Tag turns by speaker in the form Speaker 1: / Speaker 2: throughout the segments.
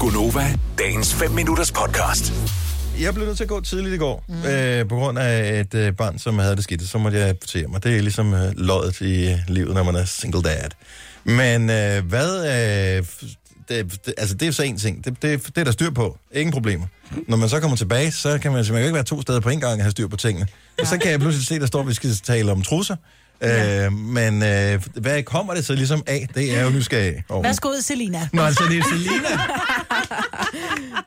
Speaker 1: Gunova, dagens 5 minutters podcast.
Speaker 2: Jeg blev nødt til at gå tidligt i går, mm. øh, på grund af et øh, barn, som havde det skidt, så måtte jeg abortere mig. Det er ligesom øh, løjet i øh, livet, når man er single dad. Men øh, hvad... Øh, det, det, altså, det er så en ting. Det, det, det er der styr på. Ingen problemer. Når man så kommer tilbage, så kan man simpelthen ikke være to steder på en gang og have styr på tingene. Og så kan jeg pludselig se, der står, at vi skal tale om trusser. Øh, men øh, hvad kommer det så ligesom af? Det er jeg jo nysgerrig over.
Speaker 3: Værsgo ud, Selina.
Speaker 2: Nå, altså, det er Selina.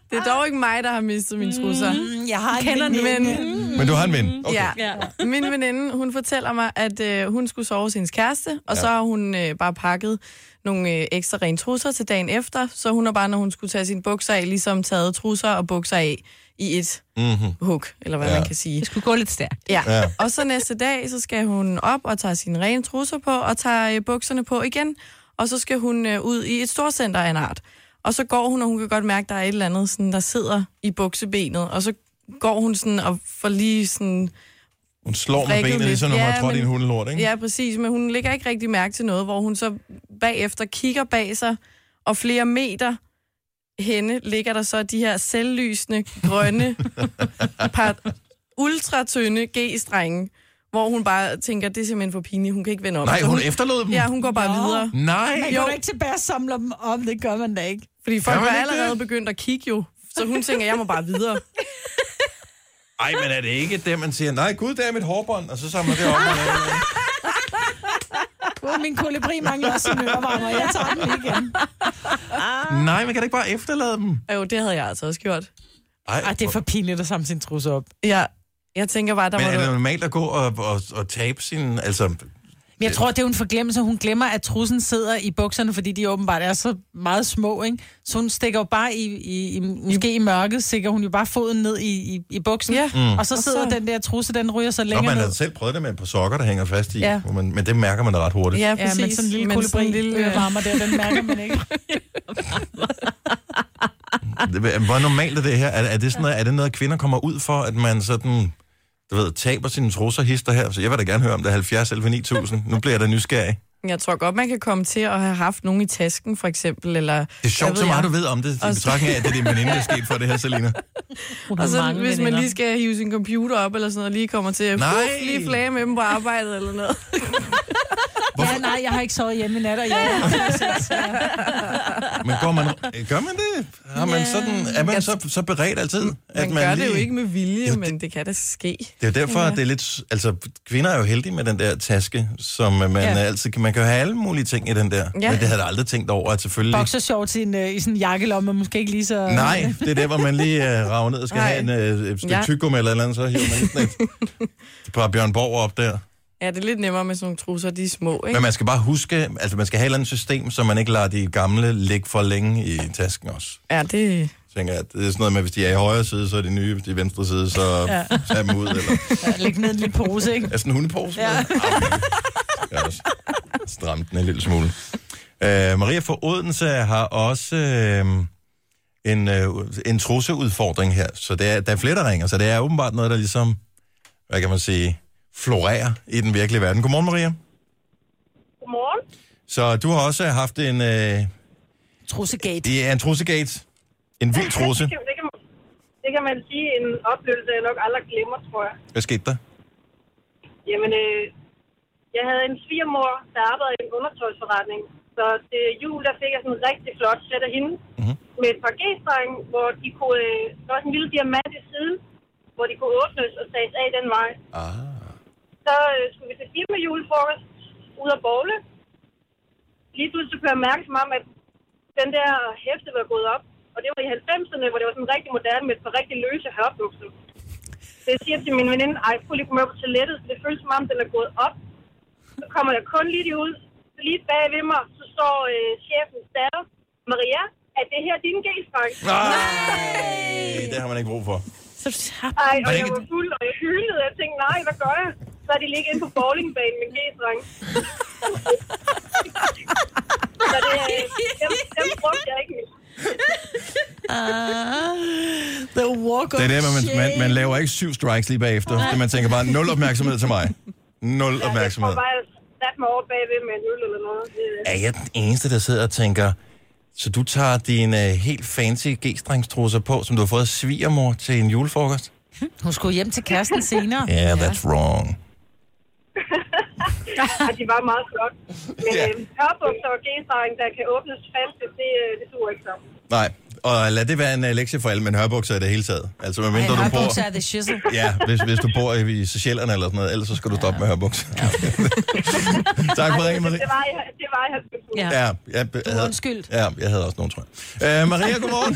Speaker 4: Det er dog ikke mig, der har mistet mine trusser.
Speaker 3: Mm, jeg har en
Speaker 4: Kender den,
Speaker 3: veninde.
Speaker 4: men...
Speaker 2: Men du har en ven. Okay.
Speaker 4: Ja. Min veninde, hun fortæller mig, at øh, hun skulle sove hos hendes kæreste, og ja. så har hun øh, bare pakket nogle øh, ekstra rene trusser til dagen efter, så hun har bare, når hun skulle tage sine bukser af, ligesom taget trusser og bukser af i et mm-hmm. hug, eller hvad
Speaker 2: Ja.
Speaker 4: ja. man kan sige.
Speaker 5: Det skulle gå lidt stærkt.
Speaker 4: Ja.
Speaker 2: Ja.
Speaker 4: ja, og så næste dag, så skal hun op og tage sine rene trusser på, og tager øh, bukserne på igen, og så skal hun øh, ud i et storcenter af en art. Og så går hun, og hun kan godt mærke, at der er et eller andet, sådan, der sidder i buksebenet, og så går hun sådan og får lige sådan...
Speaker 2: Hun slår med
Speaker 4: Prikket
Speaker 2: benet,
Speaker 4: lidt.
Speaker 2: ligesom når hun
Speaker 4: Ja,
Speaker 2: har trådt i en
Speaker 4: men-
Speaker 2: hundelort, ikke?
Speaker 4: Ja, præcis, men hun lægger ikke rigtig mærke til noget, hvor hun så bagefter kigger bag sig, og flere meter henne ligger der så de her selvlysende, grønne, par ultratynde G-strenge, hvor hun bare tænker, det er simpelthen for pinligt, hun kan ikke vende om.
Speaker 2: Nej,
Speaker 4: Så
Speaker 2: hun efterlod dem?
Speaker 4: Ja, hun går bare
Speaker 3: Nå.
Speaker 4: videre.
Speaker 3: Man
Speaker 2: Nej!
Speaker 3: går
Speaker 4: Jo.
Speaker 3: da ikke tilbage og samler dem om, det gør man da ikke.
Speaker 4: Fordi folk
Speaker 2: Kan
Speaker 4: var
Speaker 2: man ikke
Speaker 4: allerede
Speaker 2: det?
Speaker 4: begyndt at kigge jo. Så hun tænker, jeg må bare videre.
Speaker 2: Ej, men er det ikke det, man siger, nej, gud, det er mit hårbånd, og så samler det op. og laver noget?
Speaker 3: Gud, min kolibri mangler også sin ørevarmer. Jeg tager den lige igen.
Speaker 2: nej, man kan da ikke bare efterlade dem.
Speaker 4: Og jo, det havde jeg altså også gjort.
Speaker 2: Ej,
Speaker 5: Ej, det er for pinligt at samle sin trusse op.
Speaker 4: Ja, jeg tænker bare, der
Speaker 2: men
Speaker 4: var
Speaker 2: er det
Speaker 4: noget.
Speaker 2: normalt at gå og, og, og tabe sin... Altså,
Speaker 5: Men jeg tror, det er jo en forglemmelse. Hun glemmer, at trussen sidder i bukserne, fordi de åbenbart er så meget små, ikke? Så hun stikker jo bare i, i, i måske i mørket, stikker hun jo bare foden ned i, i, i buksen.
Speaker 4: Ja.
Speaker 5: Mm. Og så sidder
Speaker 4: Og så-
Speaker 5: den der trusse, den ryger så
Speaker 2: og
Speaker 5: længere
Speaker 2: man
Speaker 5: ned.
Speaker 2: har selv prøvet det med et par sokker, der hænger fast i,
Speaker 4: Ja.
Speaker 2: hvor man, men det mærker man da ret hurtigt.
Speaker 4: Ja,
Speaker 5: Ja,
Speaker 4: præcis.
Speaker 5: men sådan en lille
Speaker 4: Men sådan
Speaker 5: kolibri
Speaker 4: en
Speaker 5: lille...
Speaker 4: øh,
Speaker 5: ørevarmer der, den mærker man ikke.
Speaker 2: Det- Hvor normalt er det her? Er, er, det sådan noget, er det noget, kvinder kommer ud for, at man sådan du ved, taber sine trusser hister her? Så jeg vil da gerne høre om det 70 11 9000. Nu bliver jeg da nysgerrig.
Speaker 4: Jeg tror godt, man kan komme til at have haft nogen i tasken, for eksempel. Eller,
Speaker 2: Det er sjovt,
Speaker 4: Hvad
Speaker 2: så
Speaker 4: ved
Speaker 2: meget du
Speaker 4: jeg?
Speaker 2: ved om det, i
Speaker 4: Og så-
Speaker 2: betragtning af, at det er din veninde, der er sket for det her, Selina.
Speaker 5: Hun har
Speaker 4: Og så,
Speaker 5: mange
Speaker 4: hvis man
Speaker 5: veninder.
Speaker 4: lige skal hive sin computer op, eller sådan noget, lige kommer til at
Speaker 2: Nej!
Speaker 4: Uf, lige flage med dem på arbejdet, eller noget.
Speaker 5: Ja, nej, jeg har ikke sovet hjemme i nat, og jeg
Speaker 2: Men går man, gør man det? Har man sådan, er man så, så beredt altid?
Speaker 4: Man, man gør det jo ikke med vilje,
Speaker 2: Jo,
Speaker 4: jo,
Speaker 2: det-
Speaker 4: men det kan da ske.
Speaker 2: Det er jo derfor, at det er lidt... Altså, kvinder er jo heldige med den der taske, som øh, man ja.
Speaker 4: Ja.
Speaker 2: altid... Man kan jo have alle mulige ting i den der. Ja.
Speaker 4: Ja.
Speaker 2: Men det havde jeg aldrig tænkt over, at selvfølgelig...
Speaker 5: boxershorts i, en, øh, i sådan en jakkelomme, og måske ikke lige så... øh,
Speaker 2: Nej, det er der, hvor man lige øh, rager ned og skal
Speaker 4: Nej.
Speaker 2: have en, øh, et stykke ja.
Speaker 4: Ja.
Speaker 2: tyggegummi eller et eller andet, så hiver man lige sådan et- et par Bjørn Borg op der.
Speaker 4: Ja, det er lidt nemmere med sådan nogle trusser, de er små, ikke?
Speaker 2: Men man skal bare huske, altså man skal have et eller andet system, så man ikke lader de gamle ligge for længe i tasken også.
Speaker 4: Ja, det...
Speaker 2: tænker jeg, at det er sådan noget med, hvis de er i højre side, så er de nye, hvis de er i venstre side, så ja. tager dem ud, eller
Speaker 5: Læg ned en lille pose, ikke?
Speaker 2: er sådan en hundepose. Ja. Jeg også stramme den en lille smule. Uh, Maria fra Odense har også uh, en, uh, en trusseudfordring her, så det er, der er flere, der ringer, så det er åbenbart noget, der ligesom, hvad kan man sige, florerer i den virkelige verden. Godmorgen, Maria.
Speaker 6: Godmorgen.
Speaker 2: Så du har også haft en, øh,
Speaker 5: Trussegate.
Speaker 2: ja, en trussegate, en vild trusse.
Speaker 6: Det kan, det, kan man, det kan man sige en oplevelse, jeg nok aldrig glemmer, tror jeg.
Speaker 2: Hvad skete der?
Speaker 6: Jamen, øh, jeg havde en svigermor, der arbejdede i en undertøjsforretning. Så til jul, der fik jeg sådan en rigtig flot sæt af hende. Mm-hmm. Med et par g hvor de kunne... Øh, der var sådan en lille diamant i siden, hvor de kunne åbnes og tages af den vej.
Speaker 2: Ah.
Speaker 6: Så øh, skulle vi til firmajulefrokost ud af Borgle. Lige pludselig kunne jeg mærke som om, at den der hæfte var gået op. Og det var i 90'erne, hvor det var sådan rigtig moderne med et par rigtig løse hørbukser. Så jeg siger til min veninde, ej, prøv lige at komme op på toilettet, for det føles som om, den er gået op. Så kommer jeg kun lige ud. Så lige bag ved mig, så står øh, chefen stadig. Maria, er det her din g-strang?
Speaker 2: Nej! Det har man ikke brug for.
Speaker 5: Så tab-
Speaker 6: Ej, og
Speaker 2: Var det
Speaker 6: jeg
Speaker 2: ikke-
Speaker 6: var fuld, og jeg hylede. Jeg tænkte, nej, hvad gør jeg? Så er de ligget inde på bowlingbanen med g-streng. så det, øh, dem, dem brugte jeg ikke.
Speaker 5: The walk of
Speaker 2: Det er det, man,
Speaker 5: shame.
Speaker 2: man, man laver ikke syv strikes lige bagefter. Det, man tænker bare, nul opmærksomhed til mig. Nul
Speaker 6: Jeg tror
Speaker 2: opmærksomhed.
Speaker 6: bare, jeg satte mig over bagved med en øl eller noget. Det, øh,
Speaker 2: Er jeg den eneste, der sidder og tænker, Så du tager dine øh, helt fancy g-strengstrusser på, som du har fået af svigermor til en julefrokost?
Speaker 5: Hun skulle hjem til kæresten senere.
Speaker 2: Ja, yeah, that's wrong.
Speaker 6: Og de var meget flotte. Men yeah. øh, tørbukser og g-streng, der kan åbnes falske, det, øh, det duer ikke så.
Speaker 2: Nej, og lad det være en øh, lektie for alle, men hørbukser i det hele taget. Altså,
Speaker 5: Ej,
Speaker 2: medmindre du bor...
Speaker 5: højbukser er the shizzle.
Speaker 2: Ja, hvis, hvis du bor i, i Seychellerne eller sådan noget, ellers så skal du stoppe med hørbukser. tak for ringen, Maria.
Speaker 6: Det var i, det var i 90'erne.
Speaker 5: Ja.
Speaker 2: Ja, jeg, jeg havde,
Speaker 5: undskyld.
Speaker 2: Ja, jeg havde også nogen, tror jeg. Øh, Maria, godmorgen.